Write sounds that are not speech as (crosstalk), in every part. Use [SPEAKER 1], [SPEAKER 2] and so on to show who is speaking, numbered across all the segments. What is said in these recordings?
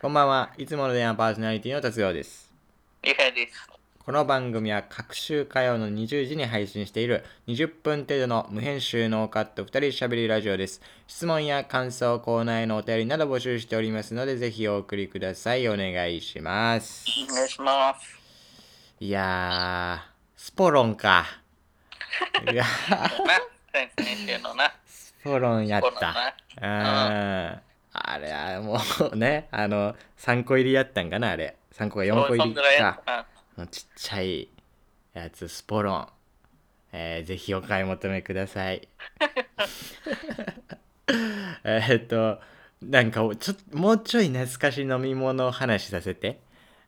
[SPEAKER 1] こんばんは。いつもの電話パーソナリティの達郎です。
[SPEAKER 2] ゆうへいです。
[SPEAKER 1] この番組は各週火曜の20時に配信している20分程度の無編集ノーカット2人しゃべりラジオです。質問や感想、コーナーへのお便りなど募集しておりますので、ぜひお送りください。お願いします。
[SPEAKER 2] お願いします。
[SPEAKER 1] いやー、スポロンか。いやー、
[SPEAKER 2] な、先週のな、
[SPEAKER 1] スポロンやっ
[SPEAKER 2] この
[SPEAKER 1] た。
[SPEAKER 2] な、
[SPEAKER 1] うん。あれはもうね、あの、3個入りやったんかな、あれ。3個が4個
[SPEAKER 2] そ
[SPEAKER 1] 入り
[SPEAKER 2] んぐらいや
[SPEAKER 1] か
[SPEAKER 2] っ。た。
[SPEAKER 1] のちっちゃいやつ、スポロン。えーぜひお買い求めください。 (laughs) えーっと、なんかちょっともうちょい懐かしい飲み物を話させて。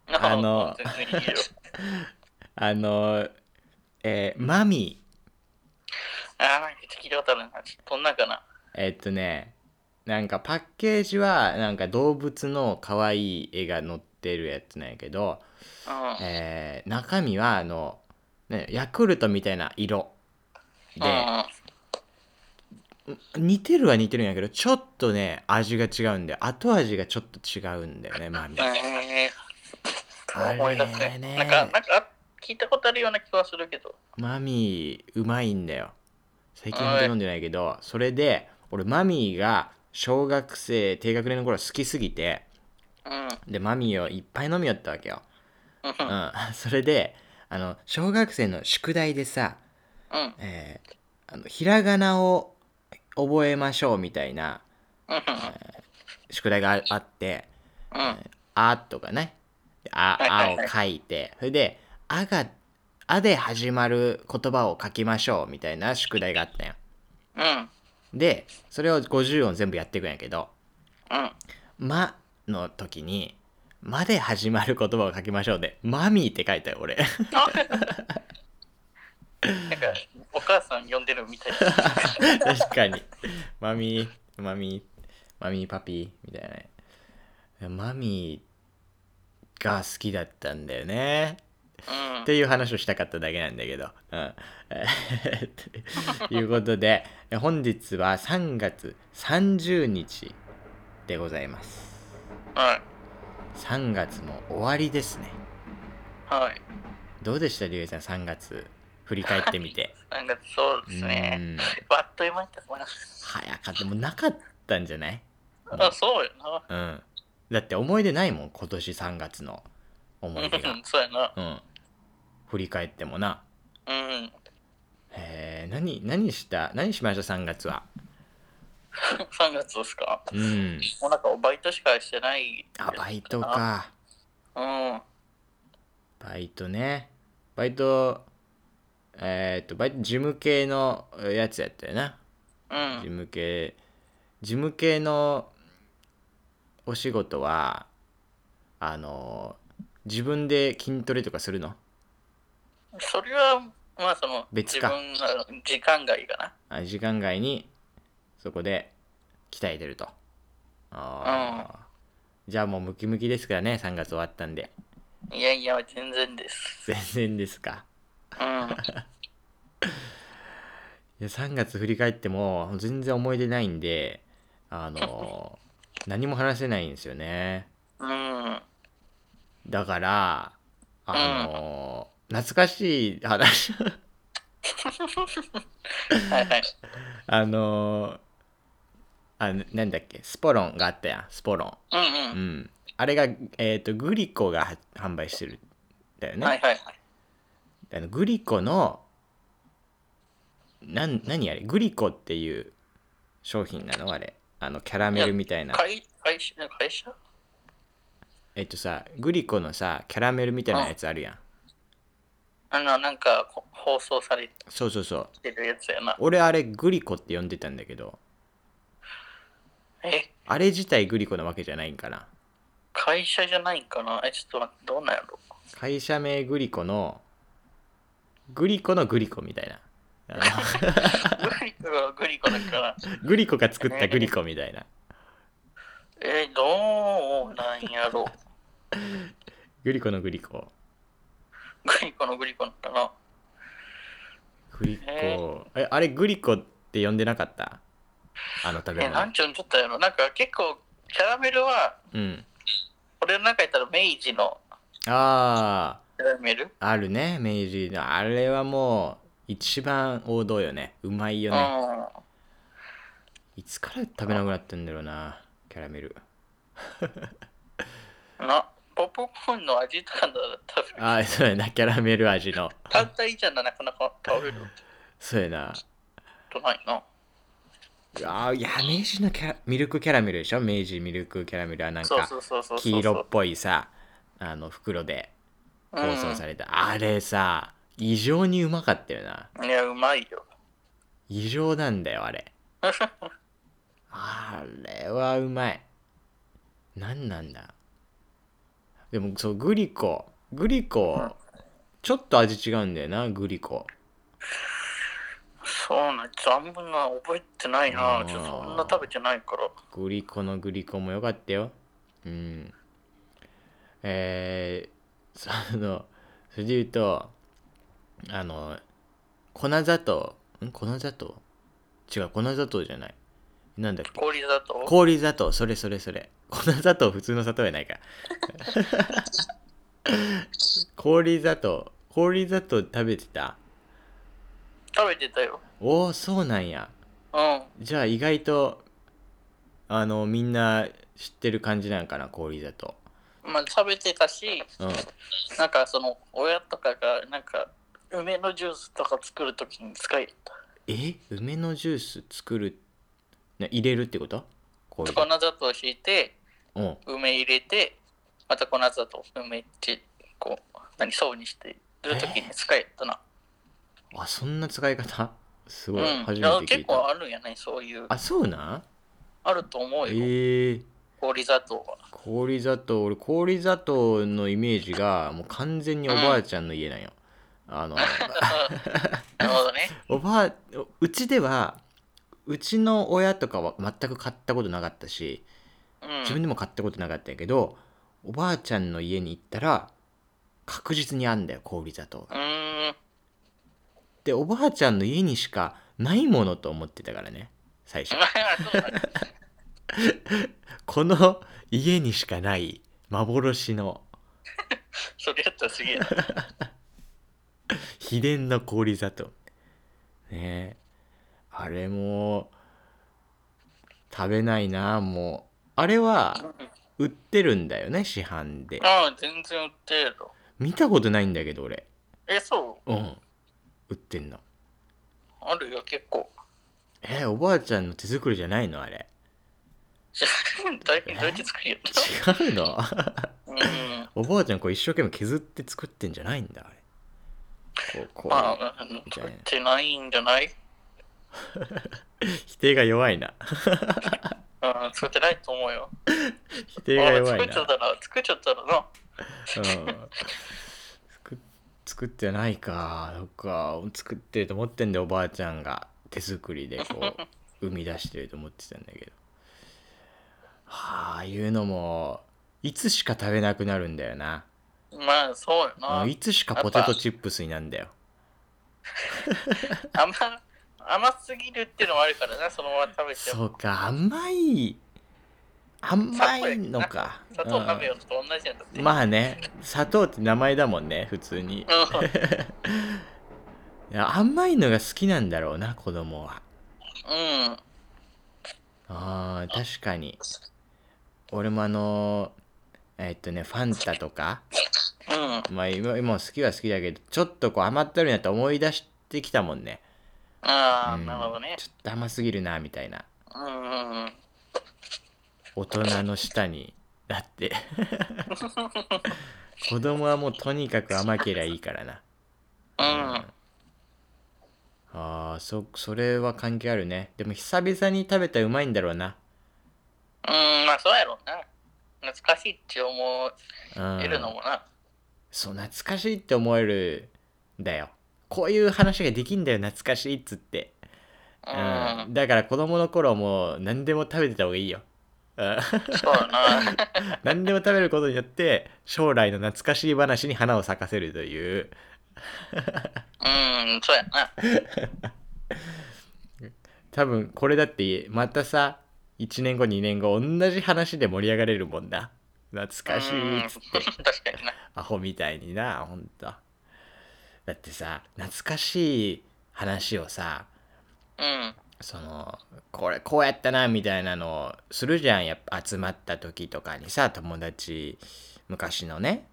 [SPEAKER 1] あの
[SPEAKER 2] 全然いいよ。
[SPEAKER 1] あの、えーマミー。
[SPEAKER 2] あー、なんか聞いたことあるな。ちょっとどんなんかな。
[SPEAKER 1] えっとねなんかパッケージはなんか動物の可愛い絵が載ってるやつなんやけど、
[SPEAKER 2] うん。
[SPEAKER 1] えー中身はあの、ね、ヤクルトみたいな色
[SPEAKER 2] うんうん
[SPEAKER 1] で、似てるは似てるんやけどちょっとね味が違うんで後味がちょっと違うんだよねマミ
[SPEAKER 2] え
[SPEAKER 1] あ
[SPEAKER 2] ー、思い出せ
[SPEAKER 1] れ
[SPEAKER 2] な
[SPEAKER 1] ね
[SPEAKER 2] い。なんか、なんか、聞いたことあるような気はするけど。
[SPEAKER 1] マミーうまいんだよ最近ほんと飲んでないけどそれで俺マミーが小学生低学年の頃好きすぎて
[SPEAKER 2] うん。
[SPEAKER 1] でマミーをいっぱい飲みよったわけよ
[SPEAKER 2] うん
[SPEAKER 1] う。ん、それであの小学生の宿題でさ、
[SPEAKER 2] うん。
[SPEAKER 1] えーあのひらがなを覚えましょうみたいな
[SPEAKER 2] うん。
[SPEAKER 1] 宿題がああって
[SPEAKER 2] うん。
[SPEAKER 1] 「あ」とかね「あ」
[SPEAKER 2] はいはい
[SPEAKER 1] あ
[SPEAKER 2] はい
[SPEAKER 1] を書いてそれで「あ」が「あ」で始まる言葉を書きましょうみたいな宿題があったんよ
[SPEAKER 2] うん。
[SPEAKER 1] でそれを50音全部やっていくんやけど
[SPEAKER 2] うん。
[SPEAKER 1] 「ま」の時に「ま」で始まる言葉を書きましょうで「マミー」って書いたよ
[SPEAKER 2] (laughs)
[SPEAKER 1] 俺。
[SPEAKER 2] なんか、お母さん呼んでるみたいな。
[SPEAKER 1] 確かに。マミー、マミー、マミーパピーみたいなね。マミーが好きだったんだよね。
[SPEAKER 2] うん
[SPEAKER 1] っ。ていう話をしたかっただけなんだけど。うん。えー (laughs) ということで、本日は3月30日でございます。
[SPEAKER 2] はい。
[SPEAKER 1] 3月も終わりですね。
[SPEAKER 2] はい。
[SPEAKER 1] どうでした、りゅうえいさん、3月。振り返ってみて。
[SPEAKER 2] なんか、そうです
[SPEAKER 1] う
[SPEAKER 2] ね。
[SPEAKER 1] ん
[SPEAKER 2] あっという間にたまらん
[SPEAKER 1] 早かった。もうなかったんじゃない
[SPEAKER 2] あ、そうよな。
[SPEAKER 1] うん。だって思い出ないもん、今年3月の思い出
[SPEAKER 2] う
[SPEAKER 1] が
[SPEAKER 2] ん、。そうやな。
[SPEAKER 1] うん。振り返ってもな。
[SPEAKER 2] うん。
[SPEAKER 1] へえ、何、何した、何しました、3月は。
[SPEAKER 2] 3月ですか
[SPEAKER 1] うん。
[SPEAKER 2] もうなんかバイトしかしてない。
[SPEAKER 1] あ、バイト。か。
[SPEAKER 2] うん。
[SPEAKER 1] バイトね。バイト、えーっと、バイト、事務系のやつやったよな。
[SPEAKER 2] う
[SPEAKER 1] 事
[SPEAKER 2] ん。
[SPEAKER 1] 務系、事務系のお仕事は、あの、自分で筋トレとかするの
[SPEAKER 2] それは、まあその、
[SPEAKER 1] 別
[SPEAKER 2] 自
[SPEAKER 1] か
[SPEAKER 2] 分の時間外かな。
[SPEAKER 1] あ時間外にそこで鍛えてるとああ、じゃあもうムキムキですからね3月終わったんで (laughs)
[SPEAKER 2] いやいや、全然です。
[SPEAKER 1] 全然ですか
[SPEAKER 2] うん。
[SPEAKER 1] いや3月振り返っても全然思い出ないんであ
[SPEAKER 2] (laughs)
[SPEAKER 1] の何も話せないんですよね
[SPEAKER 2] うん。 (laughs)
[SPEAKER 1] だからあの、懐かしい話 (laughs)
[SPEAKER 2] はいはい。
[SPEAKER 1] あのあななんだっけスポロンがあったやんスポロ
[SPEAKER 2] うん
[SPEAKER 1] ン、
[SPEAKER 2] う。
[SPEAKER 1] うんん、あれが、えっとグリコが販売してるんだよね、
[SPEAKER 2] はいはいはい。
[SPEAKER 1] あのグリコのなん何あれグリコっていう商品なのあれあのキャラメルみたいな
[SPEAKER 2] 会会社会社
[SPEAKER 1] えっとさグリコのさキャラメルみたいなやつあるやん
[SPEAKER 2] あの、なんか、こ放送され
[SPEAKER 1] そうそうそう
[SPEAKER 2] てるやつやな。
[SPEAKER 1] 俺あれグリコって呼んでたんだけど
[SPEAKER 2] え、
[SPEAKER 1] あれ自体グリコなわけじゃないんかな
[SPEAKER 2] 会社じゃないんかなえ、ちょっと待って、どうなんやろ
[SPEAKER 1] 会社名グリコのグリコのグリコみた
[SPEAKER 2] (laughs)
[SPEAKER 1] いなあ
[SPEAKER 2] グリコがグリコだから。
[SPEAKER 1] のグリコが作ったグリコみたいな
[SPEAKER 2] え、どうなんやろ
[SPEAKER 1] グリコのグリコ
[SPEAKER 2] グリコのグリコなのかな
[SPEAKER 1] グリコ
[SPEAKER 2] え
[SPEAKER 1] えあれグリコって呼んでなかったあの食べ
[SPEAKER 2] え、な
[SPEAKER 1] 物
[SPEAKER 2] んちゅうんちょったやろなんか結構、キャラメルは、
[SPEAKER 1] うん
[SPEAKER 2] 俺の中やったら明治の
[SPEAKER 1] あ
[SPEAKER 2] キャラメル、
[SPEAKER 1] あ、あるね、明治の。あれはもう、一番王道よね。うまいよね。いつから食べなくなってんだろうな、キャラメル。
[SPEAKER 2] うん。な、ポップコーンの味とかなら食べる。
[SPEAKER 1] ああ、そうやな、キャラメル味の。
[SPEAKER 2] 単体じゃなかなか食べる
[SPEAKER 1] そうやな。
[SPEAKER 2] ことないな。
[SPEAKER 1] ああ、いや、明治のキャラミルクキャラメルでしょ明治ミルクキャラメルはなん
[SPEAKER 2] そう
[SPEAKER 1] か、
[SPEAKER 2] そうそうそうそう。
[SPEAKER 1] 黄色っぽいさ、あの、袋で包装された。あれさ、異常にうまかったよな。
[SPEAKER 2] うん、いや、うまいよ。
[SPEAKER 1] 異常なんだよ
[SPEAKER 2] (laughs)
[SPEAKER 1] あれあれはうまいなんなんだでもそうグリコグリコちょっと味違うんだよなグリコ
[SPEAKER 2] そうなん、あんまな覚えてない
[SPEAKER 1] あ
[SPEAKER 2] な。
[SPEAKER 1] ー
[SPEAKER 2] ちょっとそんな食べてないから。
[SPEAKER 1] グリコのグリコも良かったようんえー、そのそれで言うとあの粉砂糖ん粉砂糖違う粉砂糖じゃないなんだっけ
[SPEAKER 2] 氷だと
[SPEAKER 1] 氷砂糖それそれそれ粉砂糖普通の砂糖やないか氷砂糖氷砂糖食べてた
[SPEAKER 2] 食べてたよ。
[SPEAKER 1] おおそうなんや
[SPEAKER 2] うん。
[SPEAKER 1] じゃあ意外とあのみんな知ってる感じなんかな氷砂糖
[SPEAKER 2] まあ、食べてたし、
[SPEAKER 1] うん
[SPEAKER 2] なんかその親とかがなんか梅のジュースとか作るときに使い
[SPEAKER 1] え梅のジュース作るな入れるってこと
[SPEAKER 2] 粉
[SPEAKER 1] 氷
[SPEAKER 2] 砂糖を敷いて
[SPEAKER 1] うん
[SPEAKER 2] 梅入れてまた粉砂糖梅ってこう何層にしてるときに使えたな、
[SPEAKER 1] あそんな使い方すごい、
[SPEAKER 2] うん
[SPEAKER 1] 初
[SPEAKER 2] いや
[SPEAKER 1] めて聞
[SPEAKER 2] 結
[SPEAKER 1] いた
[SPEAKER 2] 構あるんやねそういう
[SPEAKER 1] あそうなん
[SPEAKER 2] あると思う
[SPEAKER 1] え
[SPEAKER 2] よ、
[SPEAKER 1] ー、
[SPEAKER 2] 氷砂糖
[SPEAKER 1] (laughs)
[SPEAKER 2] は
[SPEAKER 1] 氷砂糖俺氷砂糖のイメージがもう完全におばあちゃんの家なんよ、あの
[SPEAKER 2] なるほどね
[SPEAKER 1] おばあうちではうちの親とかは全く買ったことなかったし自
[SPEAKER 2] う
[SPEAKER 1] 分
[SPEAKER 2] ん
[SPEAKER 1] でも買ったことなかったんやけど、おばあちゃんの家に行ったら確実にあんだよ氷砂糖
[SPEAKER 2] う
[SPEAKER 1] が
[SPEAKER 2] ーん (laughs)
[SPEAKER 1] でおばあちゃんの家にしかないものと思ってたからね最初
[SPEAKER 2] そうだね
[SPEAKER 1] この家にしかない幻の
[SPEAKER 2] それやったらすげえな
[SPEAKER 1] 秘伝の氷砂糖ねえあれも食べないなもうあれは売ってるんだよね市販で
[SPEAKER 2] ああ全然売ってるよ
[SPEAKER 1] 見たことないんだけど俺
[SPEAKER 2] えそう
[SPEAKER 1] うん売ってんの
[SPEAKER 2] あるよ結構 (laughs)
[SPEAKER 1] えおばあちゃんの手作りじゃないのあれ
[SPEAKER 2] 大変どうやって作るよ
[SPEAKER 1] 違う
[SPEAKER 2] (laughs)
[SPEAKER 1] の
[SPEAKER 2] うん
[SPEAKER 1] おばあちゃんこう一生懸命削って作ってんじゃないんだあれこうこう、
[SPEAKER 2] まあ、うん
[SPEAKER 1] じゃあね
[SPEAKER 2] ってないんじゃない
[SPEAKER 1] 否定が弱い
[SPEAKER 2] (laughs)
[SPEAKER 1] な
[SPEAKER 2] うん、作ってないと思うよ。
[SPEAKER 1] 否定が弱
[SPEAKER 2] あ
[SPEAKER 1] い
[SPEAKER 2] 作っちゃ
[SPEAKER 1] な
[SPEAKER 2] ったら、作っちゃったらな。
[SPEAKER 1] うん作作ってないかそっか作ってると思ってんだよおばあちゃんが手作りでこ
[SPEAKER 2] (laughs)
[SPEAKER 1] う生み出してると思ってたんだけどはあああいうのもいつしか食べなくなるんだよな
[SPEAKER 2] まあ、そうよな。あ
[SPEAKER 1] うんんいつしかポテトチップスになんだよ
[SPEAKER 2] ま、甘すぎるっていうのもあるからな、そのまま食べて
[SPEAKER 1] そうか甘い甘いのか
[SPEAKER 2] 砂糖食べようと同じやんだって。
[SPEAKER 1] うんまあね砂糖って名前だもんね普通に
[SPEAKER 2] う
[SPEAKER 1] いや甘いのが好きなんだろうな子供は
[SPEAKER 2] ん。うん。
[SPEAKER 1] あー確かに俺もあのーえっとねファンタとか
[SPEAKER 2] うん。
[SPEAKER 1] まあ今今も好きは好きだけどちょっとこう甘ったるいなって思い出してきたもんね
[SPEAKER 2] ああ、
[SPEAKER 1] うん
[SPEAKER 2] なるほどね。
[SPEAKER 1] ちょっと甘すぎるなみたいな
[SPEAKER 2] うんうんうん。
[SPEAKER 1] 大人の舌になって子供はもうとにかく甘けりゃいいからな
[SPEAKER 2] うん。
[SPEAKER 1] あーそそれは関係あるねでも久々に食べたらうまいんだろうな
[SPEAKER 2] うん、まあ、そうやろうな。懐かしいって思
[SPEAKER 1] うん
[SPEAKER 2] えるのもな。
[SPEAKER 1] そう懐かしいって思えるんだよこういう話ができんだよ懐かしいっつって、
[SPEAKER 2] う
[SPEAKER 1] うん
[SPEAKER 2] ん。
[SPEAKER 1] だから子供の頃はもう何でも食べてた方がいいようん
[SPEAKER 2] そうやな。
[SPEAKER 1] 何でも食べることによって将来の懐かしい話に花を咲かせるという
[SPEAKER 2] うん、そうやな。
[SPEAKER 1] 多分これだってまたさ1年後2年後同じ話で盛り上がれるもんな懐かしいっつって
[SPEAKER 2] うん確かにな。
[SPEAKER 1] アホみたいになほんとだってさ懐かしい話をさ
[SPEAKER 2] うん。
[SPEAKER 1] そのこれこうやったなみたいなのをするじゃんやっぱ集まった時とかにさ友達昔のね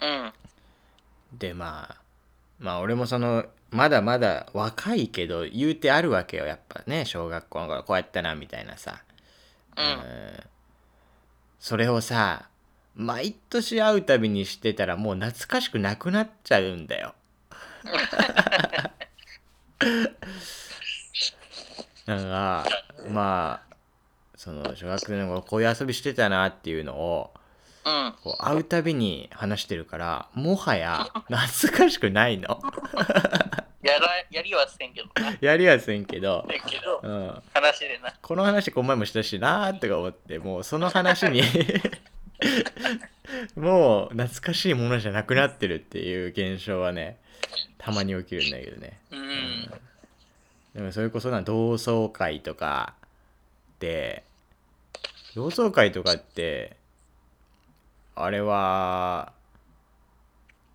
[SPEAKER 2] うん。
[SPEAKER 1] でまあまあ俺もそのまだまだ若いけど言うてあるわけよやっぱね小学校の頃こうやったなみたいなさ、
[SPEAKER 2] うん
[SPEAKER 1] んそれをさ毎年会うたびにしてたらもう懐かしくなくなっちゃうんだよなんかまあその小学生の頃こういう遊びしてたなっていうのを
[SPEAKER 2] うん。
[SPEAKER 1] こう会うたびに話してるからもはや懐かしくないの
[SPEAKER 2] やら、やりはせんけどな。
[SPEAKER 1] やりやせんけど、
[SPEAKER 2] せんけど
[SPEAKER 1] う、ん、
[SPEAKER 2] 話でな。
[SPEAKER 1] この話この前もしたしなーとか思ってもうその話にもう懐かしいものじゃなくなってるっていう現象はねたまに起きるんだけどね、
[SPEAKER 2] うん。
[SPEAKER 1] でもそれこそな同窓会とかで同窓会とかってあれは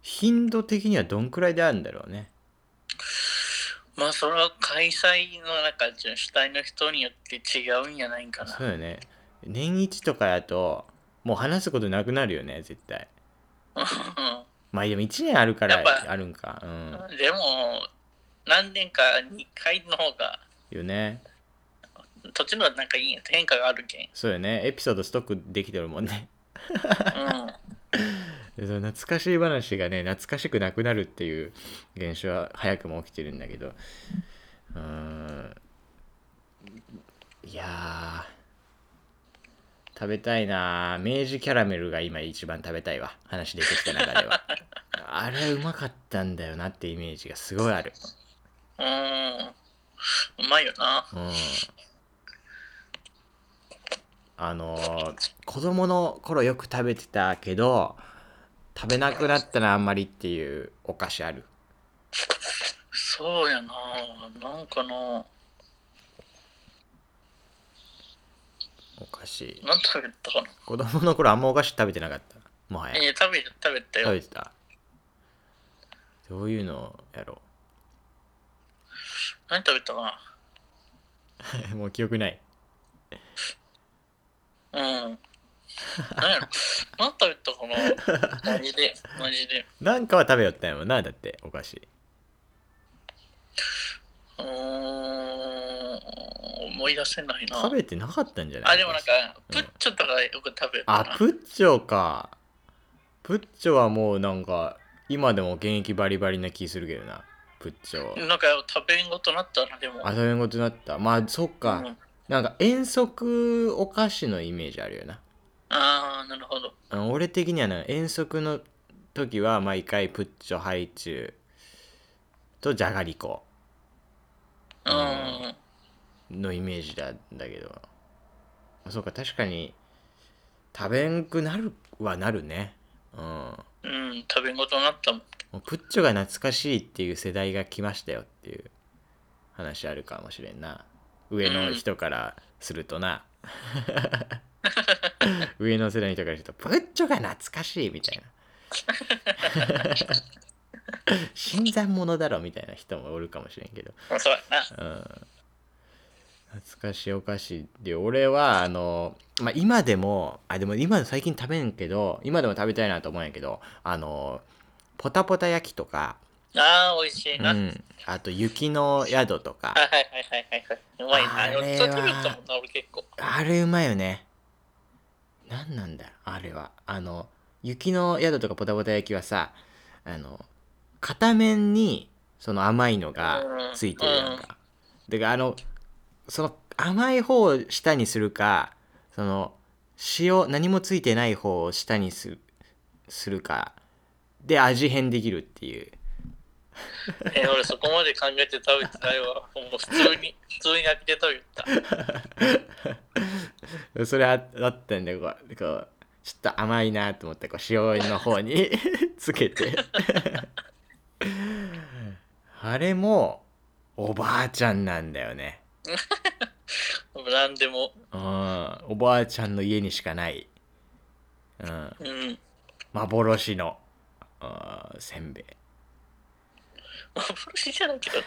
[SPEAKER 1] 頻度的にはどんくらいであるんだろうね
[SPEAKER 2] まあ、それは開催の中じゃ、主体の人によって違うんやないんかな。
[SPEAKER 1] そうよね年一とかだともう話すことなくなるよね絶対まあでも1年あるから
[SPEAKER 2] やっぱ
[SPEAKER 1] あるんかうん
[SPEAKER 2] うんでも、何年か2回の方が、
[SPEAKER 1] よね
[SPEAKER 2] 土地のなんかいいんや変化があるけん。
[SPEAKER 1] そうよねエピソードストックできてるもんね (laughs)
[SPEAKER 2] うん。
[SPEAKER 1] でその懐かしい話がね懐かしくなくなるっていう現象は早くも起きてるんだけどうーんいやー食べたいなー明治キャラメルが今一番食べたいわ話出てきた中
[SPEAKER 2] (laughs)
[SPEAKER 1] ではあれうまかったんだよなってイメージがすごいある
[SPEAKER 2] うん。うまいよな。
[SPEAKER 1] うんあのー子供の頃よく食べてたけど食べなくなったらあんまりっていうお菓子ある
[SPEAKER 2] そうやな。なんかな。
[SPEAKER 1] お菓子
[SPEAKER 2] なん食べたかな。
[SPEAKER 1] 子供の頃あんまお菓子食べてなかったもはや
[SPEAKER 2] えー食べた、食べたよ。
[SPEAKER 1] 食べてたどういうのやろ
[SPEAKER 2] 何食べたか
[SPEAKER 1] う (laughs) もう記憶ない
[SPEAKER 2] な。うん。何やろ。 (laughs) 何食べたかな。マジで、マジで。
[SPEAKER 1] なんかは食べよったんやもんなだってお菓子
[SPEAKER 2] うーん。思い出せないな
[SPEAKER 1] 食。べてなかったんじゃない
[SPEAKER 2] あ、でもなんか、プッチョとかよく食べるか
[SPEAKER 1] あ
[SPEAKER 2] な。
[SPEAKER 1] プッチョかプッチョはもうなんか今でも現役バリバリな気するけどなプッチョ
[SPEAKER 2] なんか食べんごとなったな、でも。
[SPEAKER 1] あそういうことになったまあそっか、
[SPEAKER 2] うん
[SPEAKER 1] なんか遠足お菓子のイメージあるよな
[SPEAKER 2] あー、なるほど。
[SPEAKER 1] あの俺的にはな遠足の時は毎回プッチョハイチュウとじゃがりこ
[SPEAKER 2] うん。
[SPEAKER 1] のイメージだだけどそうか確かに食べんくなるはなるねうん
[SPEAKER 2] うん、食べんごとなったもん。
[SPEAKER 1] もうプッチョが懐かしいっていう世代が来ましたよっていう話あるかもしれんな上の人からするとな、上の世代の人からするとプッチョが懐かしいみたいな新参者だろみたいな人もおるかもしれんけど、
[SPEAKER 2] そうやな。
[SPEAKER 1] うん、懐かしいお菓子で俺はあの、まあ、今でもあでも今最近食べんけど今でも食べたいなと思うんやけどあのポタポタ焼きとか
[SPEAKER 2] ああ、美味しいうな。はい
[SPEAKER 1] ん、あと雪の宿とか
[SPEAKER 2] はいはいはいはい。うまいな。
[SPEAKER 1] あ
[SPEAKER 2] あ
[SPEAKER 1] れは
[SPEAKER 2] れ食べたもんな、俺結構。
[SPEAKER 1] あれうまいよね何なんだあれはあの雪の宿とかポタポタ焼きはさあの片面にその甘いのがついてるやんか、だからあのその甘い方を下にするかその塩何もついてない方を下にすするかで味変できるっていう
[SPEAKER 2] えー俺そこまで考えて食べてないわ。もう普通に、普通に焼きで食べた。
[SPEAKER 1] それああったんでこうこうちょっと甘いなと思ってこう塩の方に (laughs) つけてあれもおばあちゃんなんだよね
[SPEAKER 2] なんでも。
[SPEAKER 1] うんおばあちゃんの家にしかないうん、
[SPEAKER 2] うん。
[SPEAKER 1] 幻のあーせんべい
[SPEAKER 2] 幻じゃないけど。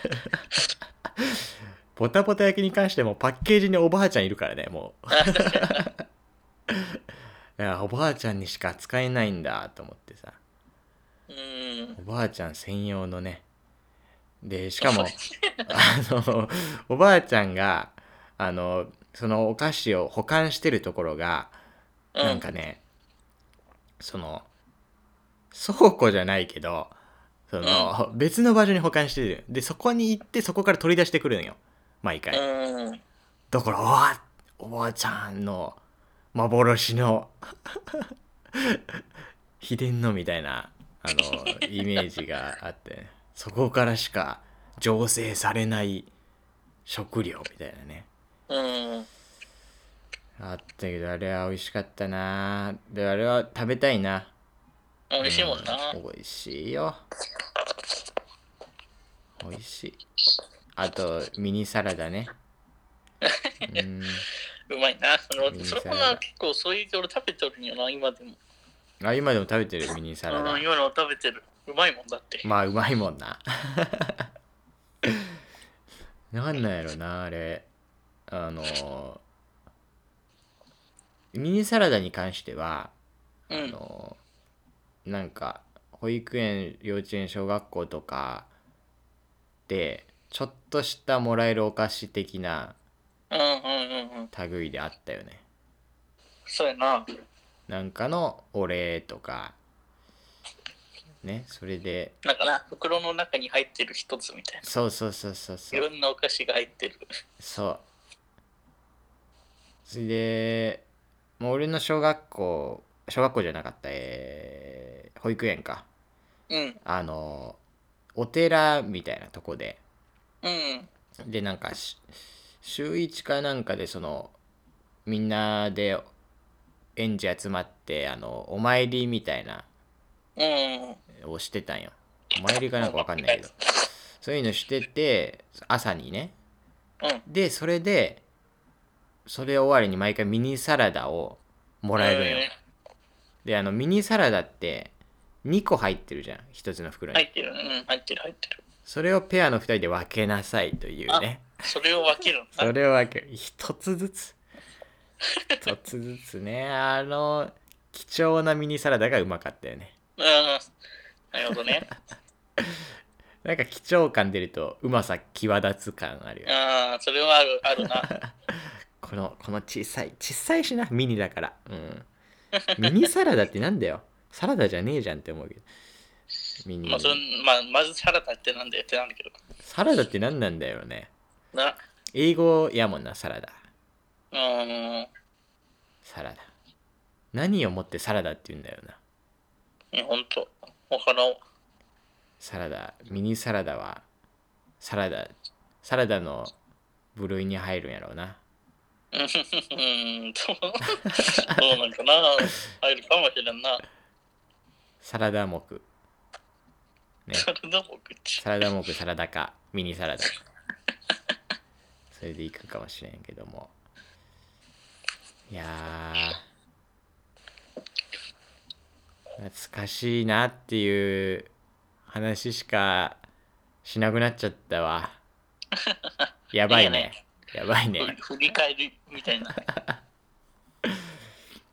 [SPEAKER 1] ポタポタ焼きに関してもパッケージにおばあちゃんいるからねもう (laughs) いやおばあちゃんにしか使えないんだと思ってさ
[SPEAKER 2] うん。
[SPEAKER 1] おばあちゃん専用のねでしかも (laughs) あのおばあちゃんがあのそのお菓子を保管してるところが
[SPEAKER 2] うん
[SPEAKER 1] なんかね、その倉庫じゃないけどその、別の場所に保管してるでそこに行ってそこから取り出してくるのよ毎回、
[SPEAKER 2] うん。
[SPEAKER 1] だからわおばあちゃんの幻の秘伝のみたいなあのイメージがあってそこからしか醸成されない食料みたいなね
[SPEAKER 2] うん。
[SPEAKER 1] あったけどあれは美味しかったなであれは食べたいな
[SPEAKER 2] 美味しいもんな。
[SPEAKER 1] うん美味しいよ美味しいあとミニサラダ
[SPEAKER 2] (laughs)
[SPEAKER 1] ねうん
[SPEAKER 2] うまいな。そ
[SPEAKER 1] いい
[SPEAKER 2] の
[SPEAKER 1] ね
[SPEAKER 2] それもな、結構そういう俺食べてるんよな、今でも。
[SPEAKER 1] あ今でも食べてるミニサラダ
[SPEAKER 2] うん、今の食べてる。うまいもんだって。
[SPEAKER 1] まあうまいもんな (laughs) なんなんやろなあれあのミニサラダに関しては
[SPEAKER 2] う
[SPEAKER 1] あ
[SPEAKER 2] ん。
[SPEAKER 1] のなんか保育園幼稚園小学校とかでちょっとしたもらえるお菓子的な
[SPEAKER 2] うんうんうんうん。
[SPEAKER 1] 類であったよね
[SPEAKER 2] そうやな。
[SPEAKER 1] なんかのお礼とかねそれで
[SPEAKER 2] なんかな、袋の中に入ってる一つみたいな。
[SPEAKER 1] そうそうそうそうそう
[SPEAKER 2] いろんなお菓子が入ってる。
[SPEAKER 1] そうそれでもう俺の小学校小学校じゃなかったえー保育園か
[SPEAKER 2] うん。
[SPEAKER 1] あのお寺みたいなとこで
[SPEAKER 2] うん。
[SPEAKER 1] でなんかし週1かなんかでそのみんなで園児集まってあのお参りみたいな
[SPEAKER 2] うん。
[SPEAKER 1] をしてたんよお参りかなんかわかんないけどそういうのしてて朝にね
[SPEAKER 2] うん。
[SPEAKER 1] でそれでそれ終わりに毎回ミニサラダをもらえるんよ、
[SPEAKER 2] え
[SPEAKER 1] であのミニサラダって2個入ってるじゃん1つの袋
[SPEAKER 2] ー
[SPEAKER 1] に、
[SPEAKER 2] 入ってる。うん。入ってる、入ってる。
[SPEAKER 1] それをペアの2人で分けなさいというね
[SPEAKER 2] それを分けるんだ。
[SPEAKER 1] それを分ける1つずつ1つずつねあの貴重なミニサラダがうまかったよね
[SPEAKER 2] うん。なるほどね。
[SPEAKER 1] なんか貴重感出るとうまさ際立つ感あるよね
[SPEAKER 2] ああ、それはある、あ
[SPEAKER 1] (laughs)
[SPEAKER 2] るな。
[SPEAKER 1] このこの小さい小さいしなミニだからうんミニサラダってなんだよサラダじゃねえじゃんって思うけどミニ
[SPEAKER 2] まあ、それ、まあ、まずサラダってなんだよってなんだけど。
[SPEAKER 1] サラダって何なんだよね
[SPEAKER 2] な。
[SPEAKER 1] 英語やもんなサラダ
[SPEAKER 2] うん。
[SPEAKER 1] サラダ何をもってサラダって言うんだよな
[SPEAKER 2] うんほんと。他の、 (laughs)
[SPEAKER 1] サラダミニサラダはサラダサラダの部類に入るんやろうな
[SPEAKER 2] うん、うん
[SPEAKER 1] (laughs)
[SPEAKER 2] そうそうなんかな。入るかもしれんな。 (laughs)
[SPEAKER 1] サラダ目ね
[SPEAKER 2] それだもん、口。
[SPEAKER 1] サラダ目サラダかミニサラダそれでいくかもしれんけどもいやー懐かしいなっていう話しかしなくなっちゃったわやばいねやばいね
[SPEAKER 2] ふ振り返りみたいな。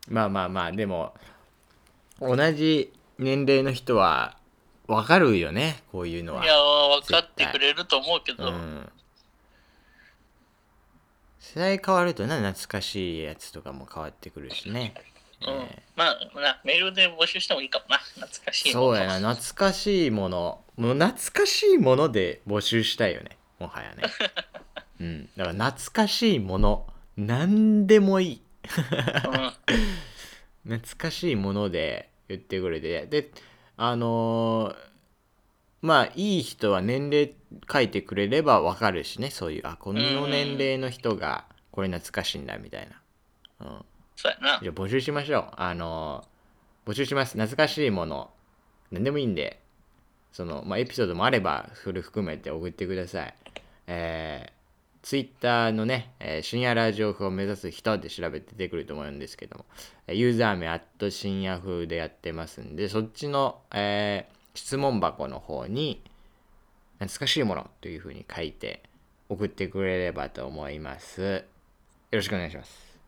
[SPEAKER 1] まあまあまあでも同じ年齢の人はわかるよねこういうのはい
[SPEAKER 2] やー、分かってくれると思うけど、
[SPEAKER 1] うん世代変わるとな懐かしいやつとかも変わってくるしね、
[SPEAKER 2] うん
[SPEAKER 1] え
[SPEAKER 2] まあな、メールで募集してもいいかもな。懐かし
[SPEAKER 1] ー
[SPEAKER 2] い
[SPEAKER 1] そうや
[SPEAKER 2] な。
[SPEAKER 1] な懐かしいものもう懐かしいもので募集したいよねもはや
[SPEAKER 2] (laughs)
[SPEAKER 1] ねうんだから懐かしいもの何でもいい
[SPEAKER 2] うん
[SPEAKER 1] 懐かしいもので言ってくれてであのーまあいい人は年齢書いてくれればわかるしねそういうあこの年齢の人がこれ懐かしいんだみたいな、うん、
[SPEAKER 2] そうやな
[SPEAKER 1] じ。ゃあ募集しましょうあのー募集します懐かしいもの何でもいいんでその、まあ、エピソードもあればそれ含めて送ってくださいえーツイッターのね、えー深夜ラジオ風を目指す人で調べて出てくると思うんですけども、えーユーザー名、アット深夜風でやってますんで、そっちの、えー質問箱の方に、懐かしいものというふうに書いて送ってくれればと思います。よろしくお願いします。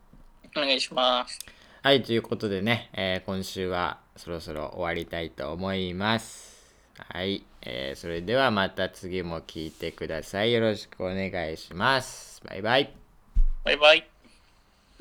[SPEAKER 2] お願いします。
[SPEAKER 1] はい、ということでね、えー今週はそろそろ終わりたいと思います。はい、えーそれではまた次も聞いてください。よろしくお願いします。バイバイ。
[SPEAKER 2] バイバイ。